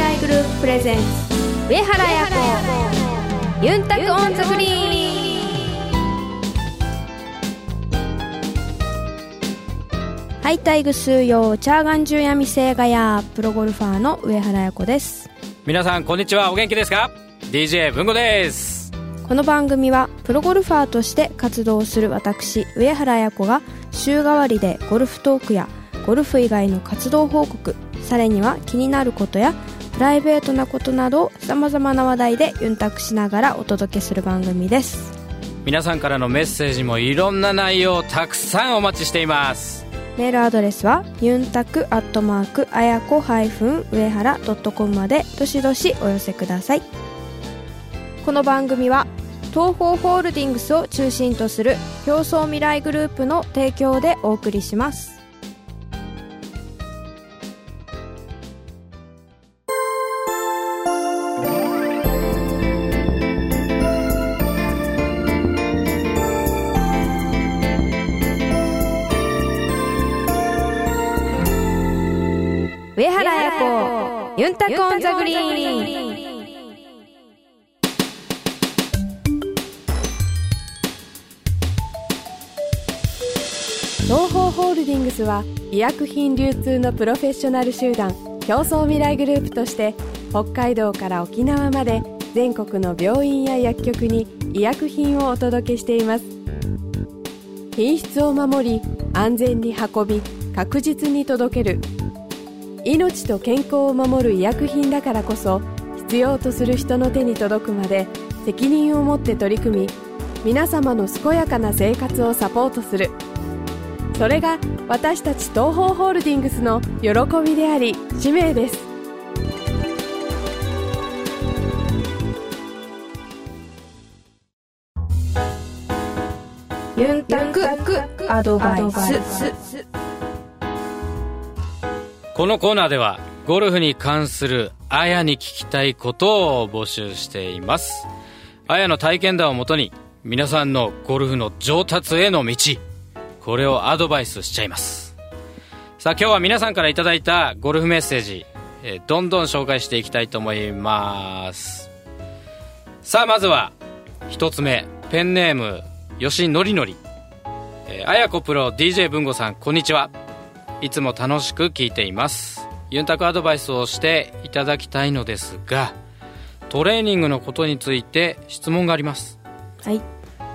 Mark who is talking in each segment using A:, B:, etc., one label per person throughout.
A: プレゼンツ上原彩子ユンタクオンザフリーはいタイグス用チャーガンジュヤミセガヤプロゴルファーの上原彩子です
B: 皆さんこんにちはお元気ですか DJ 文吾です
A: この番組はプロゴルファーとして活動する私上原彩子が週替わりでゴルフトークやゴルフ以外の活動報告さらには気になることやプライベートなことなどさまざまな話題でユンタクしながらお届けする番組です
B: 皆さんからのメッセージもいろんな内容をたくさんお待ちしています
A: メールアドレスはユンタクアットマークあやこ上原 .com までどしどしお寄せくださいこの番組は東方ホールディングスを中心とする表層未来グループの提供でお送りします上原彩子ユンタクオンザグリーン
C: 東方ホールディングスは医薬品流通のプロフェッショナル集団競争未来グループとして北海道から沖縄まで全国の病院や薬局に医薬品をお届けしています品質を守り安全に運び確実に届ける命と健康を守る医薬品だからこそ必要とする人の手に届くまで責任を持って取り組み皆様の健やかな生活をサポートするそれが私たち東方ホールディングスの喜びであり使命です
A: ユンタクアドバイス
B: このコーナーではゴルフに関するあやに聞きたいことを募集していますあやの体験談をもとに皆さんのゴルフの上達への道これをアドバイスしちゃいますさあ今日は皆さんからいただいたゴルフメッセージ、えーどんどん紹介していきたいと思いますさあまずは一つ目ペンネーム吉のりのりえーあやこプロ DJ 文吾さんこんにちはいつも楽しく聞いていますユンタクアドバイスをしていただきたいのですがトレーニングのことについて質問があります
A: はい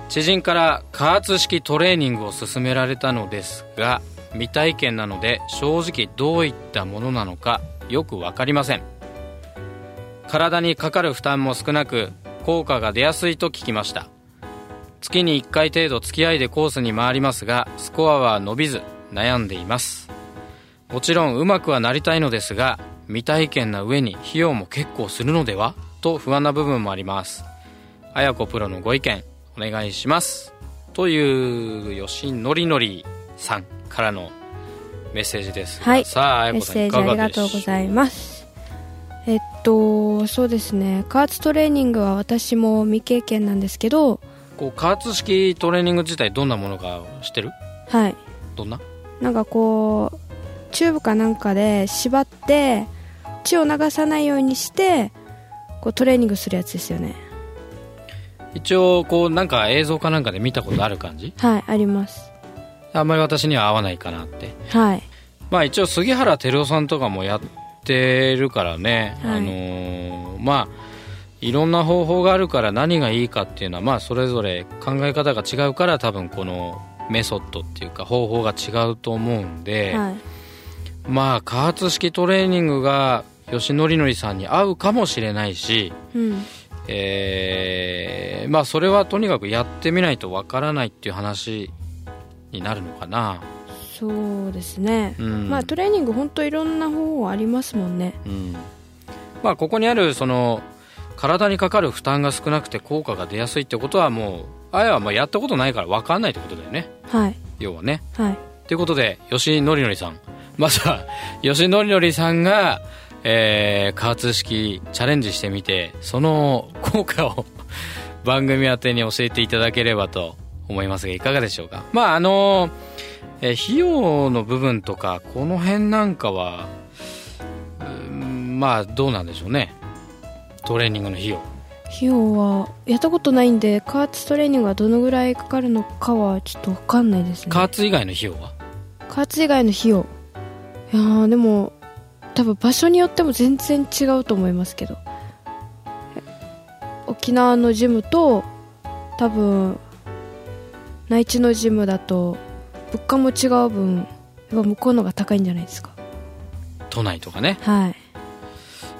B: 知人から加圧式トレーニングを勧められたのですが未体験なので正直どういったものなのかよく分かりません体にかかる負担も少なく効果が出やすいと聞きました月に1回程度付き合いでコースに回りますがスコアは伸びず悩んでいますもちろんうまくはなりたいのですが未体験な上に費用も結構するのではと不安な部分もありますあやこプロのご意見お願いしますという吉のりのりさんからのメッセージですが
A: はい
B: さああや
A: メ
B: こ
A: ッ
B: さん
A: セージ
B: いか
A: あり
B: が
A: が
B: でしょ
A: とうございますえっとそうですね加圧トレーニングは私も未経験なんですけど
B: こう加圧式トレーニング自体どんなものか知ってる
A: はい
B: どんな
A: なんかこうチューブかなんかで縛って血を流さないようにしてこうトレーニングするやつですよね
B: 一応こうなんか映像かなんかで見たことある感じ
A: はいあります
B: あんまり私には合わないかなって
A: はい
B: まあ一応杉原照夫さんとかもやってるからね、
A: はい
B: あのーまあいろんな方法があるから何がいいかっていうのはまあそれぞれ考え方が違うから多分このメソッドっていうか方法が違うと思うんで、
A: はい
B: まあ加圧式トレーニングが吉典則さんに合うかもしれないし、
A: うん
B: えーまあそれはとにかくやってみないとわからないっていう話になるのかな。
A: そうですね
B: うん
A: まあトレーニング本当いろんな方法ありますもんね
B: うんまあここにあるその体にかかる負担が少なくて効果が出やすいってことはもうあやはまあやったことないから分かんないってことだよね
A: はい
B: 要はね
A: はい
B: ということで吉井のりのりさんまずは 吉井のりのりさんが、えー、加圧式チャレンジしてみてその効果を 番組宛てに教えていただければと思いますがいかがでしょうかまああのえー費用の部分とかこの辺なんかはうーんまあどうなんでしょうねトレーニングの費用
A: 費用はやったことないんで加圧トレーニングがどのぐらいかかるのかはちょっと分かんないですね
B: 加圧以外の費用は
A: 加圧以外の費用いやーでも多分場所によっても全然違うと思いますけどえ沖縄のジムと多分内地のジムだと物価も違う分やっぱ向こうのが高いんじゃないですか
B: 都内とかね、
A: はい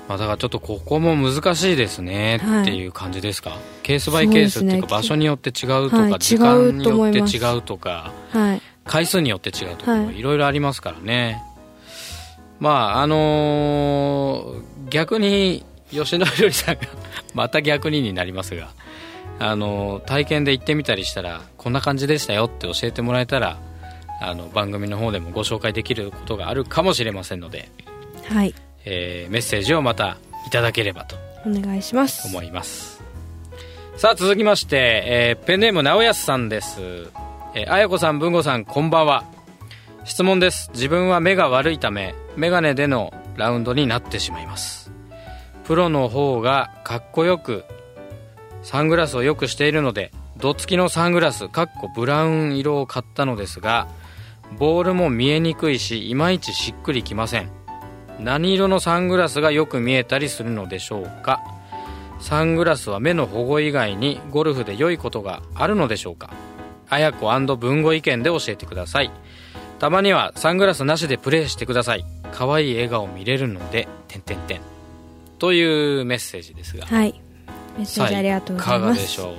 B: まあ、だからちょっとここも難しいですね
A: はい
B: っていう感じですか、ケースバイケースっていうか
A: そう
B: 場
A: ですね
B: 所によって違うとか、
A: はい
B: 時間
A: 違う
B: に
A: と
B: よ
A: 思
B: っ
A: い
B: て
A: ます
B: 違うとか
A: はい
B: 回数によって違うとか
A: はい
B: いろいろありますからね、まああのー逆に吉野瑠璃さんがまた逆にになりますが、あのー体験で行ってみたりしたらこんな感じでしたよって教えてもらえたらあの番組の方でもご紹介できることがあるかもしれませんので、
A: はい
B: えーメッセージをまたいただければと
A: お願いします
B: 思いますさあ続きまして、えーペンネーム直康さんです、えー、あやこさん文吾さんこんばんは質問です自分は目が悪いため眼鏡でのラウンドになってしまいますプロの方がかっこよくサングラスをよくしているのでどつきのサングラスかっこブラウン色を買ったのですがボールも見えにくいしいまいちしっくりきません何色のサングラスがよく見えたりするのでしょうかサングラスは目の保護以外にゴルフで良いことがあるのでしょうかあやこ文語意見で教えてくださいたまにはサングラスなしでプレーしてください可愛い笑顔見れるのでてんてんてんというメッセージですが
A: はいメッセージありがとうござい
B: さあか
A: ま
B: がですしょう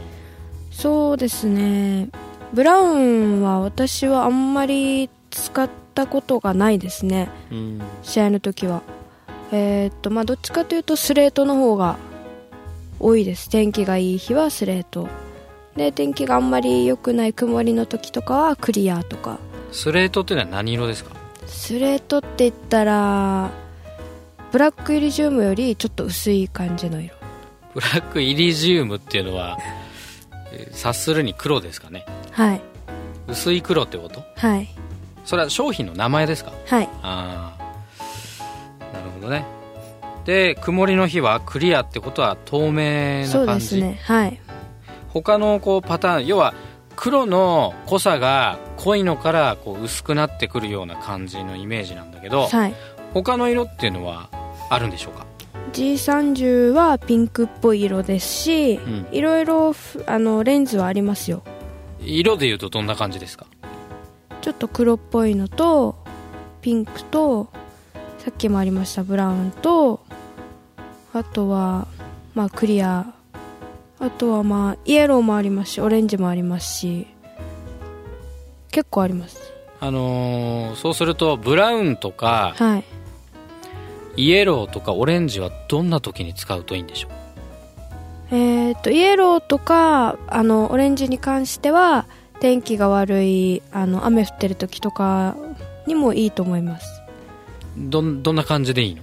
A: そうですねブラウンは私はあんまり使ったことがないですね
B: うん
A: 試合の時はえーっとまあどっちかというとスレートの方が多いです天気がいい日はスレートで天気があんまり良くない曇りの時とかはクリアとか
B: スレートっていうのは何色ですか
A: スレートって言ったらブラックイリジウムよりちょっと薄い感じの色
B: ブラックイリジウムっていうのはえー察するに黒ですかね
A: はい
B: 薄い黒ってこと
A: はい
B: それは商品の名前ですか
A: はい
B: ああなるほどねで曇りの日はクリアってことは透明
A: そ
B: な
A: う
B: 感
A: で
B: じ
A: すねはい
B: 他のこうパターン要は黒の濃さが濃いのからこう薄くなってくるような感じのイメージなんだけど
A: はい
B: 他の色っていうのはあるんでしょうか
A: G30 はピンクっぽい色ですし、
B: ん
A: いろいろふあのレンズはありますよ
B: 色でいうとどんな感じですか
A: ちょっと黒っぽいのとピンクとさっきもありましたブラウンとあとはまあクリアあとはまあイエローもありますしオレンジもありますし結構あります
B: あのーそうするとブラウンとか
A: はい
B: イエローとかオレンジはどんな時に使うといいんでしょう
A: えー、とイエローとかあのオレンジに関しては天気が悪いあの雨降ってる時とかにもいいと思います
B: どんどんな感じでいいの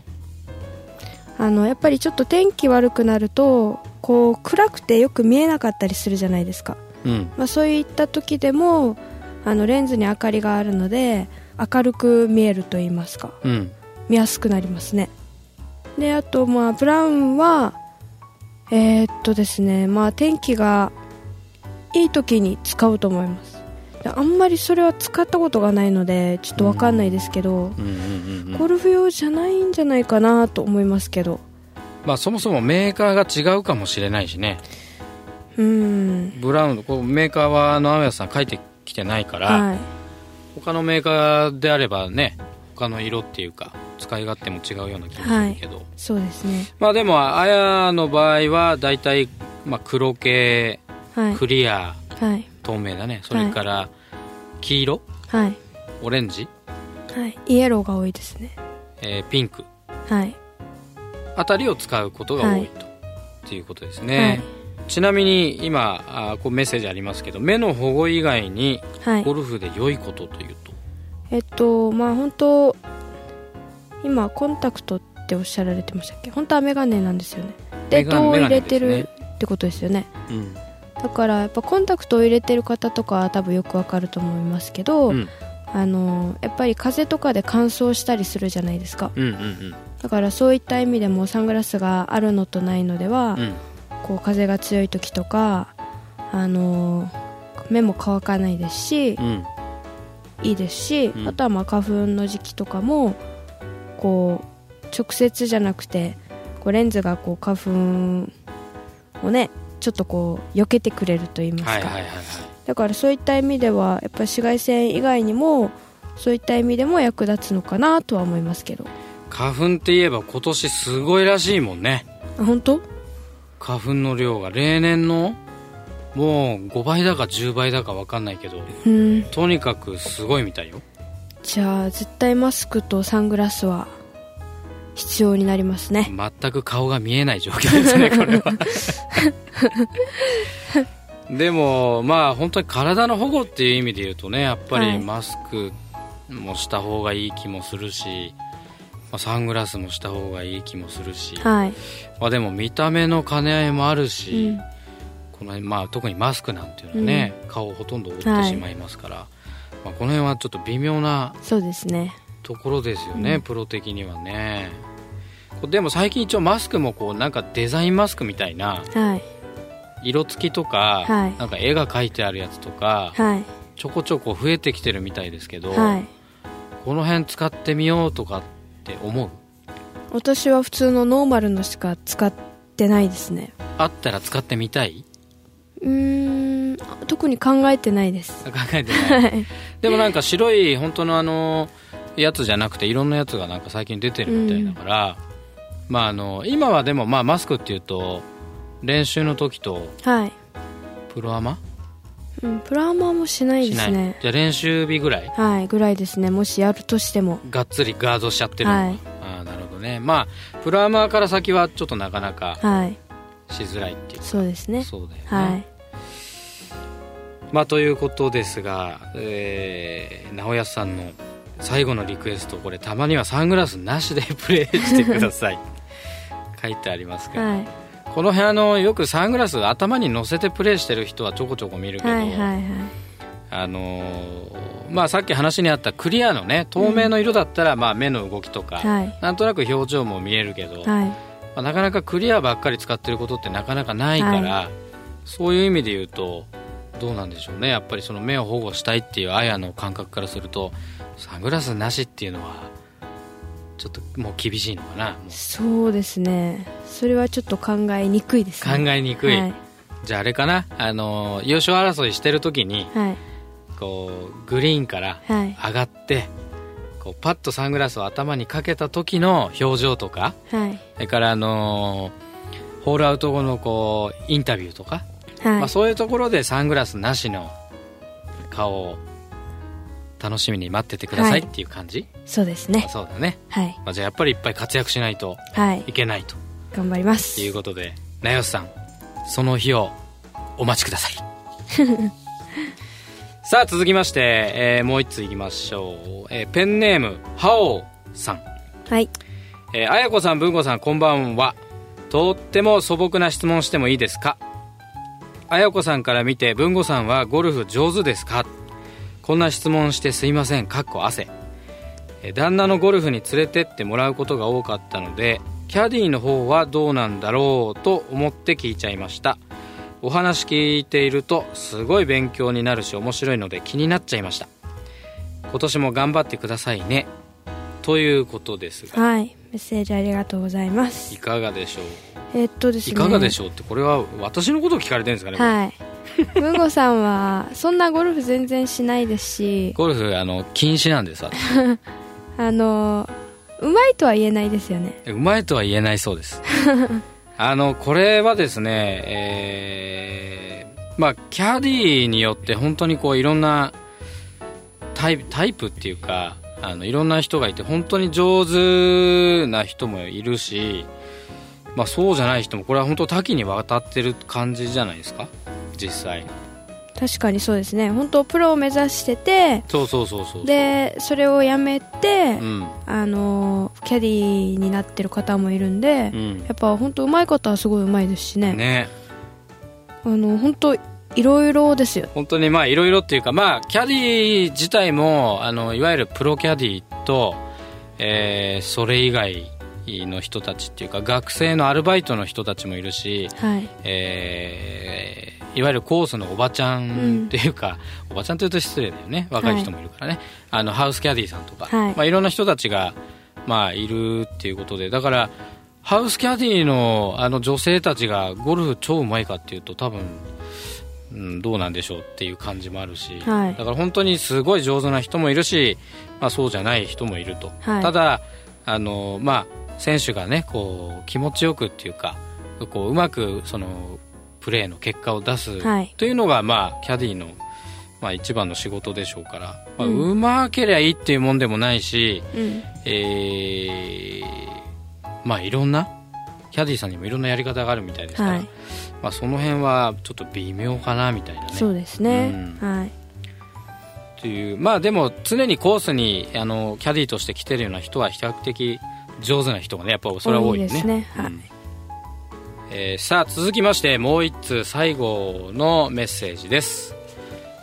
A: あのやっぱりちょっと天気悪くなるとこう暗くてよく見えなかったりするじゃないですか、
B: うん
A: まあ、そういった時でもあのレンズに明かりがあるので明るく見えると言いますか
B: うん
A: 見やすくなりますねであとまあブラウンはえーっとですねまあ天気がいい時に使うと思いますであんまりそれは使ったことがないのでちょっとわかんないですけど、
B: うんうんうんうん
A: ゴルフ用じゃないんじゃないかなと思いますけど
B: まあ、そもそもメーカーが違うかもしれないしね
A: うん
B: ブラウンこうメーカーはあの青谷さん書いてきてないから、
A: はい
B: 他のメーカーであればね他の色っていうか使い勝手も違うような気もするけど、
A: そうですね
B: まあでもあやの場合は大体、まあ、黒系
A: はい
B: クリア、
A: はい
B: 透明だねそれから黄色
A: はい
B: オレンジ、
A: はいイエローが多いですね
B: えーピンク
A: はい
B: あたりを使うことが多
A: はいい
B: と、っていうことですね、ちなみに今あーこうメッセージありますけど目の保護以外に
A: はい
B: ゴルフで良いことというと、
A: えっとまあ本当今コンタクトっておっしゃられてましたっけ本当はメガネなんですよねで
B: メガ
A: 糸を入れて
B: メガネ
A: る
B: で
A: ってことですよね
B: うん
A: だからやっぱコンタクトを入れてる方とかは多分よくわかると思いますけど、
B: うん
A: あのやっぱり風邪とかで乾燥したりするじゃないですか
B: うんうんうん
A: だからそういった意味でもサングラスがあるのとないのでは、
B: うん
A: こう風が強い時とか、あのー目も乾かないですし、
B: うん
A: いいですし、
B: うん
A: あとはまあ花粉の時期とかもこう直接じゃなくてこうレンズがこう花粉をねちょっとこう避けてくれると言いますか、
B: はいはいはいはい
A: だからそういった意味ではやっぱり紫外線以外にもそういった意味でも役立つのかなとは思いますけど
B: 花粉って言えば今年すごいらしいもんね
A: あ本当
B: 花粉の量が例年のもう5倍だか10倍だか分かんないけど
A: うん
B: とにかくすごいみたいよ
A: じゃあ絶対マスクとサングラスは必要になりますね
B: 全く顔が見えない状況ですねこ れはでもまあ本当に体の保護っていう意味で言うとねやっぱ
A: はい
B: りマスクもした方がいい気もするし、まあサングラスもした方がいい気もするし、
A: はい、
B: まあ、でも見た目の兼ね合いもある
A: う
B: し、
A: ん、
B: この辺まあ、特にマスクなんていうのはね、顔をほとんど覆ってしまいますから、まあ、この辺はちょっと微妙な
A: そうですね
B: ところですよね、
A: うん
B: プロ的にはねこうでも最近一応マスクもこうなんかデザインマスクみたいな
A: はい
B: 色付きとか、
A: はい
B: なんか絵が描いてあるやつとか、
A: はい
B: ちょこちょこ増えてきてるみたいですけど、
A: はい
B: この辺使ってみようとかって思う
A: 私は普通のノーマルのしか使ってないですね
B: あったら使ってみたいう
A: ーん特に考えてないです
B: 考えてないでもなんか白い本当のあのやつじゃなくていろんなやつがなんか最近出てるみたいだから、まああの今はでもまあマスクっていうと練習の時と
A: はい、
B: プロアマ
A: うん、プラーマーもしない
B: し
A: で
B: な
A: す
B: い、
A: ね
B: じゃあ練習日ぐらい
A: はいぐらいですねもしやるとしても
B: がっつりガードしちゃってるのが、
A: はい
B: ああなるほどねまあプロアマから先はちょっとなかなか
A: はい
B: しづらいっていうか
A: そうですね
B: そうだよね、
A: はい
B: まあということですが、えー、直康さんの最後のリクエストこれたまにはサングラスなしでプレイしてくだ さい書いてありますけど、
A: はい
B: この辺あのよくサングラス頭に乗せてプレイしてる人はちょこちょこ見るけど、
A: はいはい
B: あのーまあ、さっき話にあったクリアのね透明の色だったら、まあ、目の動きとか、
A: はい
B: なんとなく表情も見えるけど、ま
A: はい
B: あ、なかなかクリアばっかり使ってることってなかなかないから、そういう意味で言うとどうなんでしょうねやっぱりその目を保護したいっていうあやの感覚からするとサングラスなしっていうのはちょっともう厳しいのかなもう
A: そうですねそれはちょっと考えにくいですね
B: 考えにくい、
A: はい
B: じゃああれかな、あのー優勝争いしてる時に
A: はい
B: こうグリーンから
A: はい
B: 上がってこうパッとサングラスを頭にかけた時の表情とか
A: はい
B: それからあのーホールアウト後のこうインタビューとか、
A: はい
B: まあ、そういうところでサングラスなしの顔を楽しみに待っててください
A: は
B: っ
A: い
B: ていう感じ、
A: そうです
B: あ
A: ね
B: そうだね、
A: はい
B: まあ、じゃあやっぱりいっぱい活躍しないと
A: はい
B: いけないと
A: 頑張ります
B: いうことでなよさんその日をお待ちくださいさあ続きまして、えーもう一ついきましょう、えーペンネームハオさん
A: はい
B: えー、あやこさん文子さんこんばんはとっても素朴な質問してもいいですかあやこさんから見て文子さんはゴルフ上手ですかこんな質問してすいませんかっこ汗えー旦那のゴルフに連れてってもらうことが多かったのでキャディーの方はどうなんだろうと思って聞いちゃいましたお話聞いているとすごい勉強になるし面白いので気になっちゃいました今年も頑張ってくださいねということですが
A: はいメッセージありがとうございま
B: い
A: す
B: かがでしょう
A: えっとですね
B: いかがでしょうってこれは私のことを聞かれてるんですかね、
A: はい。文吾さんは、そんなゴルフ全然しないですし、
B: ゴルフあの禁止なんでさ
A: あの、うまいとは言えないですよね。
B: うまいとは言えないそうです あのこれはですねえーまあキャディーによって本当にこういろんなタイプタイプっていうかあのいろんな人がいて本当に上手な人もいるし、まあ、そうじゃない人もこれは本当多岐にわたってる感じじゃないですか実際
A: 確かにそうですね。本当プロを目指してて、
B: そうそうそうそう
A: で、それをやめて、
B: うん
A: あの、キャディーになってる方もいるんで、
B: うん
A: やっぱ本当うまい方はすごいうまいですしね。
B: ね
A: あの、本当いろいろですよ。
B: 本当にまあいろいろっていうかまあキャディー自体もあのいわゆるプロキャディーと、えーそれ以外の人たちっていうか学生のアルバイトの人たちもいるし、
A: はい
B: えーいわゆるコースのおばちゃんというか、おばちゃんというと失礼だよね若い人もいるからね、あのハウスキャディさんとか、
A: はい
B: いまあ、いろんな人たちが、まあ、いるっていうことでだからハウスキャディのあの女性たちがゴルフ超うまいかっていうと多分、うん、どうなんでしょうっていう感じもあるし、
A: はい
B: だから本当にすごい上手な人もいるし、まあ、そうじゃない人もいると、
A: はい
B: ただあの、まあ、選手が、ね、こう気持ちよくっていうかこううまくそのプレーの結果を出す
A: はい
B: というのが、まあ、キャディーの、まあ、一番の仕事でしょうから、まあ、
A: うん
B: うまけりゃいいっていうもんでもないし、
A: うん
B: えーまあ、いろんなキャディーさんにもいろんなやり方があるみたいですから、
A: はい
B: まあ、その辺はちょっと微妙かなみたいなね。
A: そうですね、
B: う
A: はい
B: っていうまあでも常にコースにあのキャディーとして来てるような人は比較的上手な人がねやっぱそれは多い
A: 多
B: よ
A: いで
B: ね
A: すねはい
B: うんえーさあ続きましてもう一通最後のメッセージです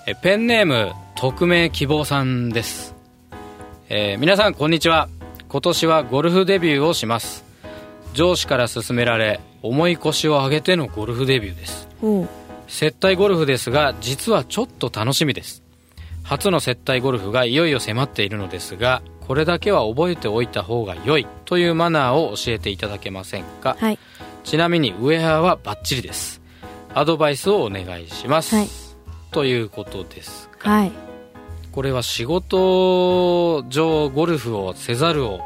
B: えーペンネーム匿名希望さんです、えー皆さんこんにちは今年はゴルフデビューをします上司から勧められ重い腰を上げてのゴルフデビューです
A: おう
B: 接待ゴルフですが実はちょっと楽しみです初の接待ゴルフがいよいよ迫っているのですがこれだけは覚えておいた方が良いというマナーを教えていただけませんか、
A: はい
B: ちなみにウェアはバッチリですアドバイスをお願いします、
A: はい
B: ということです
A: はい
B: これは仕事上ゴルフをせざるを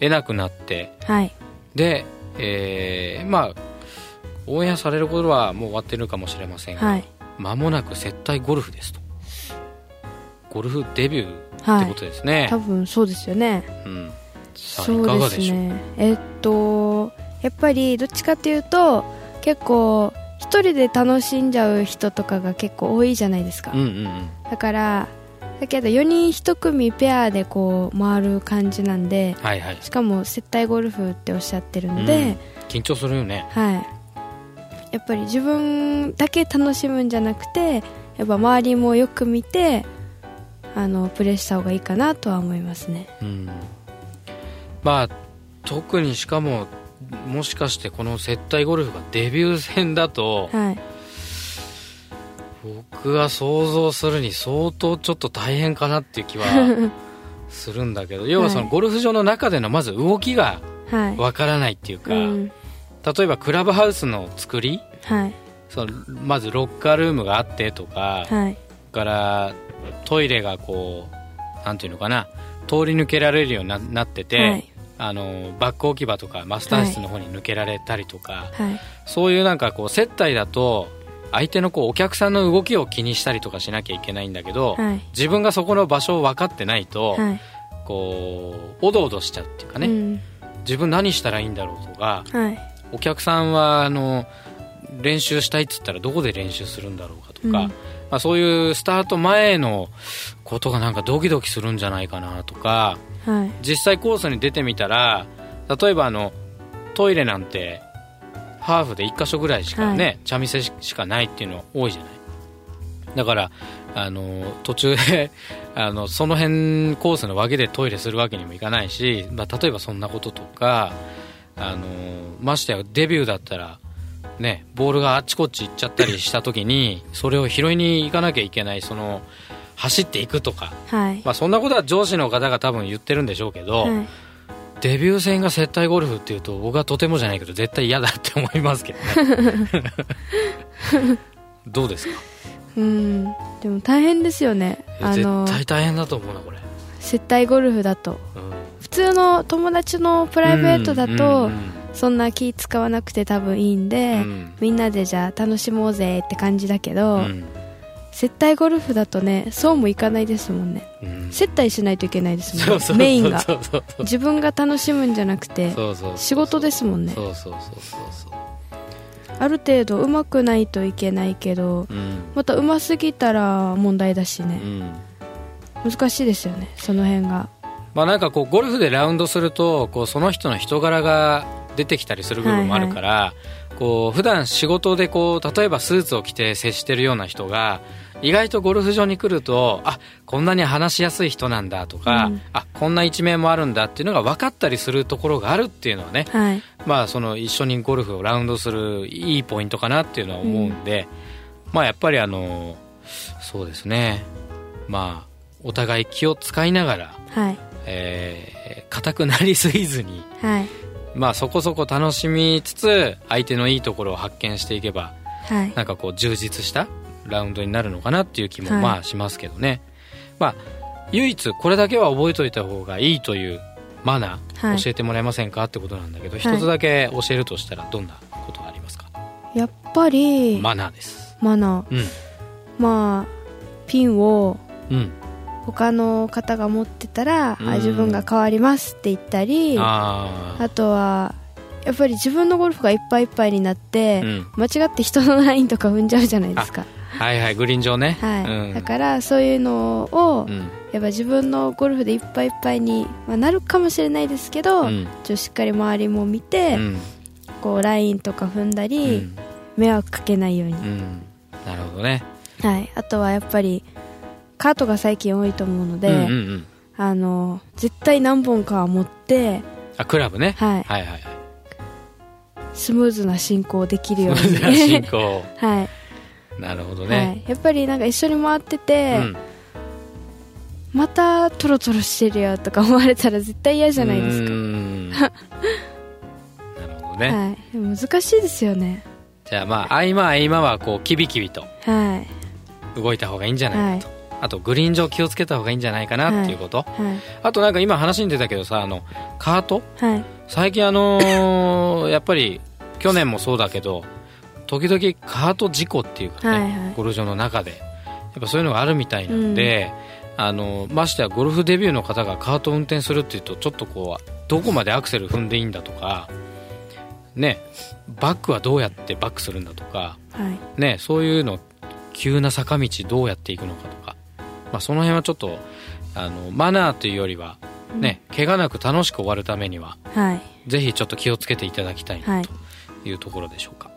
B: 得なくなって
A: はい
B: で、えーまあオンエアされることはもう終わってるかもしれませんが、
A: はい
B: 間もなく接待ゴルフですとゴルフデビューっ
A: は
B: てこ
A: い
B: とですね、
A: 多分そうですよね
B: うん、さあ
A: そ
B: いうか
A: で
B: が
A: す
B: でしょう
A: ねえっとやっぱりどっちかっていうと結構一人で楽しんじゃう人とかが結構多いじゃないですか、
B: うんうんうん
A: だからだけど4人1組ペアでこう回る感じなんで
B: はいはい
A: しかも接待ゴルフっておっしゃってるので、
B: 緊張するよね
A: はいやっぱり自分だけ楽しむんじゃなくてやっぱ周りもよく見てあのプレーした方がいいかなとは思いますね
B: うんまあ特にしかももしかしてこの接待ゴルフがデビュー戦だと
A: はい
B: 僕は想像するに相当ちょっと大変かなっていう気 はするんだけど要はその
A: はい
B: ゴルフ場の中でのまず動きが
A: はい
B: わからないっていうか、
A: うん
B: 例えばクラブハウスの作り
A: はい
B: そのまずロッカールームがあってとか、
A: はい
B: からトイレがこうなんていうのかな通り抜けられるようにななってて、
A: はい
B: あのバック置き場とかマスター室の方に抜けられたりとか、
A: はい
B: そういうなんかこう接待だと相手のこうお客さんの動きを気にしたりとかしなきゃいけないんだけど、
A: はい
B: 自分がそこの場所を分かってないと、
A: はい
B: こうおどおどしちゃうっていうかね、
A: うん
B: 自分何したらいいんだろうとか
A: はい
B: お客さんはあの練習したいっつったらどこで練習するんだろうかとか、
A: うん
B: まあ、そういうスタート前のことがなんかドキドキするんじゃないかなとか
A: はい
B: 実際コースに出てみたら例えばあのトイレなんてハーフで1箇所ぐらいしかね、
A: は
B: 茶店しかないっていうの多いじゃないだからあの途中で あのその辺コースの脇でトイレするわけにもいかないし、まあ、例えばそんなこととかあのましてやデビューだったらねボールがあっちこっち行っちゃったりした時にそれを拾いに行かなきゃいけないその走っていくとか、
A: はい
B: まあ、そんなことは上司の方が多分言ってるんでしょうけど、
A: はい
B: デビュー戦が接待ゴルフっていうと僕はとてもじゃないけど絶対嫌だって思いますけどね どうですか
A: うんでも大変ですよねあの
B: 絶対大変だと思うなこれ、
A: 接待ゴルフだと
B: うん
A: 普通の友達のプライベートだ
B: う
A: と
B: ん
A: そんな気使わなくて多分いいん
B: うん
A: で、
B: うん
A: みんなでじゃあ楽しもうぜって感じだけど、
B: うん
A: 接待ゴルフだとねそうもいかないですもんね
B: うん
A: 接待しないといけないです
B: そ
A: も
B: うんそ
A: ね
B: う
A: メインが
B: そうそうそう
A: 自分が楽しむんじゃなくて
B: そうそう
A: 仕事ですもんね
B: そうそうそうそうそう
A: ある程度うまくないといけないけど
B: うん
A: またうますぎたら問題だし
B: う
A: ね、
B: ん
A: 難しいですよねその辺が
B: まあなんかこうゴルフでラウンドするとこうその人の人柄が出てきたりする部分もあるから、こう普段仕事でこう例えばスーツを着て接してるような人が意外とゴルフ場に来るとあこんなに話しやすい人なんだとか、
A: うん
B: あこんな一面もあるんだっていうのが分かったりするところがあるっていうのはね、
A: はい
B: まあ、その一緒にゴルフをラウンドするいいポイントかなっていうのは思うんで、まあやっぱりあのそうですねまあお互い気を使いながら、
A: はい
B: えー硬くなりすぎずに、
A: はい
B: まあ、そこそこ楽しみつつ相手のいいところを発見していけば
A: はい
B: なんかこう充実したラウンドになるのかなっていう気も
A: はい
B: まあしますけどね、まあ唯一これだけは覚えといた方がいいというマナー、
A: はい
B: 教えてもらえませんかってことなんだけど
A: い
B: 一、つだけ教えるとしたらどんなことがありますか、
A: やっぱり、
B: マナーです
A: マナー
B: う
A: まあピンを
B: んうん
A: 他の方が持ってたら、
B: うん
A: あ自分が変わりますって言ったりあ
B: ああ
A: とはやっぱり自分のゴルフがいっぱいいっぱいになって、
B: うん
A: 間違って人のラインとか踏んじゃうじゃないですか
B: はいはいグリーン上ね
A: はい、
B: うん
A: だからそういうのを、
B: うん
A: やっぱ自分のゴルフでいっぱいいっぱいに、まあ、なるかもしれないですけど、
B: うん
A: ちょっとしっかり周りも見て、
B: うん
A: こうラインとか踏んだ
B: う
A: り、
B: ん
A: 迷惑かけないように、
B: うんなるほどね
A: はい、あとはやっぱりカートが最近多いと思うので、
B: うんうんうん
A: あの絶対何本かは持って、
B: あクラブね、
A: はい
B: はいはいはい
A: スムーズな進行できるように
B: 進行
A: はい、
B: なるほど
A: は
B: ね、
A: い、やっぱりなんか一緒に回ってて、
B: うん
A: またトロトロしてるよとか思われたら絶対嫌じゃないです
B: うー
A: か、
B: ん なるほどね、
A: はい、でも難しいですよね
B: じゃあまあ合間合間はこうキビキビと
A: はい
B: 動いた方がいいんじゃないかと、あとグリーン上気をつけた方がいいんじゃないかなっていうこと、
A: はい
B: あとなんか今話に出たけどさあのカート
A: はい
B: 最近あのーやっぱり去年もそうだけど時々カート事故っていうかね、
A: はいはい
B: ゴルフ場の中でやっぱそういうのがあるみたいなんで、あのましてやゴルフデビューの方がカート運転するっていうとちょっとこうどこまでアクセル踏んでいいんだとかねバックはどうやってバックするんだとか
A: はい
B: ねそういうの急な坂道どうやっていくのかとか、まあ、その辺はちょっとあのマナーというよりはね、怪我なく楽しく終わるためには
A: はい
B: ぜひちょっと気をつけていただきたいな
A: はい
B: というところでしょうか、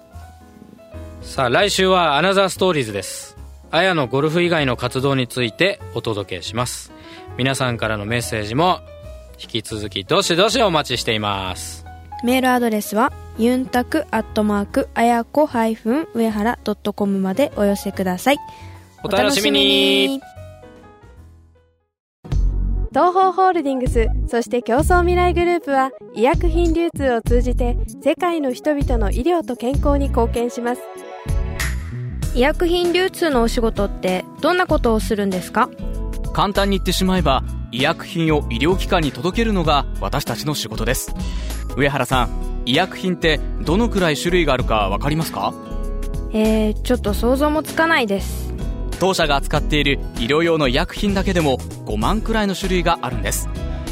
B: さあ来週はアナザーストーリーズですあやのゴルフ以外の活動についてお届けします皆さんからのメッセージも引き続きどしどしお待ちしています
A: メールアドレスはユンタクアットマークあやこハイフン上原ドットコムまでお寄せください
B: お楽しみに
C: 東方ホールディングスそして競争未来グループは医薬品流通を通じて世界の人々の医療と健康に貢献します
A: 医薬品流通のお仕事ってどんなことをするんですか
D: 簡単に言ってしまえば医薬品を医療機関に届けるのが私たちの仕事です上原さん医薬品ってどのくらい種類があるか分かりますか
A: えー、ちょっと想像もつかないです
D: 当社が扱っている医療用の医薬品だけでも5万くらいの種類があるんです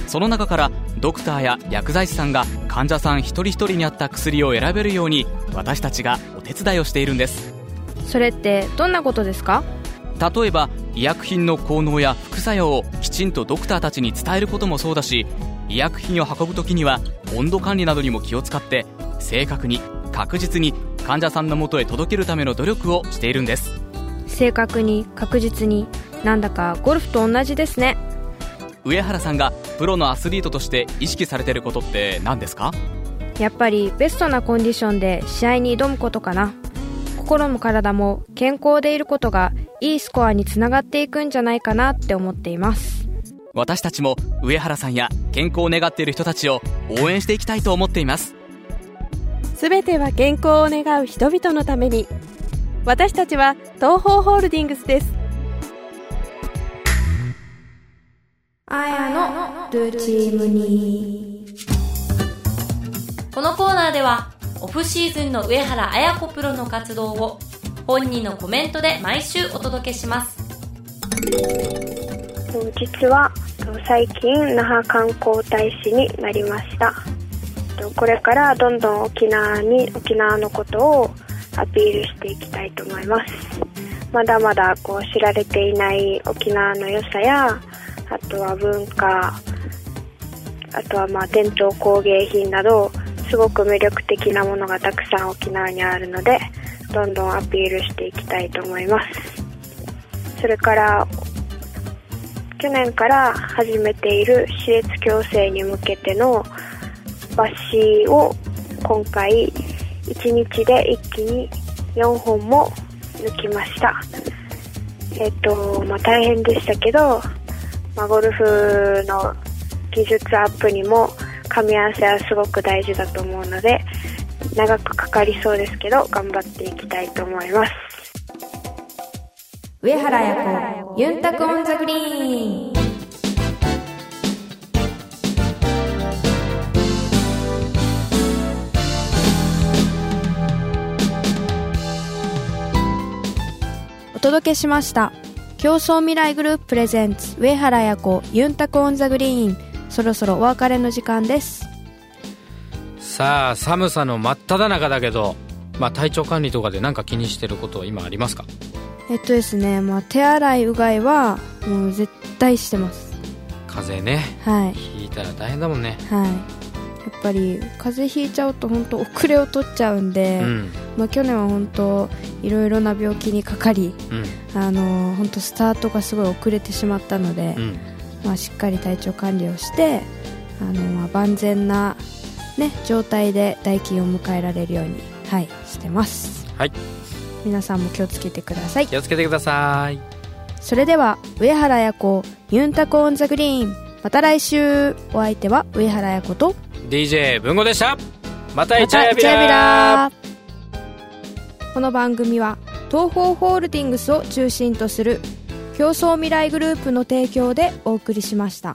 D: その中からドクターや薬剤師さんが患者さん一人一人に合った薬を選べるように私たちがお手伝いをしているんです
A: それってどんなことですか
D: 例えば医薬品の効能や副作用をきちんとドクターたちに伝えることもそうだし医薬品を運ぶ時には温度管理などにも気を使って正確に確実に患者さんのもとへ届けるための努力をしているんです
A: 正確に確実になんだかゴルフと同じですね
D: 上原さんがプロのアスリートとして意識されてることって何ですか
A: やっぱりベストなコンディションで試合に挑むことかな心も体も健康でいることがいいスコアにつながっていくんじゃないかなって思っています
D: 私たちも上原さんや健康を願っている人たちを応援していきたいと思っています
C: すべては健康を願う人々のために私たちは東方ホールディングスです
A: あやのドゥチームに
E: このコーナーではオフシーズンの上原綾子プロの活動を本人のコメントで毎週お届けします
F: と実はと最近那覇観光大使になりましたとこれからどんどん沖縄に沖縄のことをアピールしていきたいと思いますまだまだこう知られていない沖縄の良さやあとは文化あとはまあ伝統工芸品などすごく魅力的なものがたくさん沖縄にあるのでどんどんアピールしていきたいと思いますそれから去年から始めている私立矯正に向けての抜歯を今回1日で一気に4本も抜きましたえっとまあ大変でしたけど、まあ、ゴルフの技術アップにも噛み合わせはすごく大事だと思うので長くかかりそうですけど頑張っていきたいと思います
A: 上原彩子ユンタクオンザグリーンお届けしました競争未来グループプレゼンツ上原彩子ユンタクオンザグリーンそろそろお別れの時間です
B: さあ寒さの真っ只中だけど、まあ、体調管理とかで何か気にしてること今ありますか
A: えっとですね、まあ、手洗いうがいはもう絶対してます
B: 風邪ね
A: はい
B: 引いたら大変だもんね
A: はいやっぱり風邪ひいちゃうと本当遅れを取っちゃうんで、
B: うん
A: まあ、去年は本当いろいろな病気にかかり
B: うん
A: あの本当スタートがすごい遅れてしまったので、
B: うん
A: まあ、しっかり体調管理をしてあの、まあ、万全な、ね、状態で代金を迎えられるように、はい、してます
B: はい
A: 皆さんも気をつけてください
B: 気をつけてください
A: それでは上原彩子ユンタコオンザグリーンまた来週お相手は上原彩子と
B: DJ 文吾でしたまた
A: ま
B: イチャ
A: た
B: ヤビラ
A: この番組は東方ホールディングスを中心とする競争未来グループの提供でお送りしました。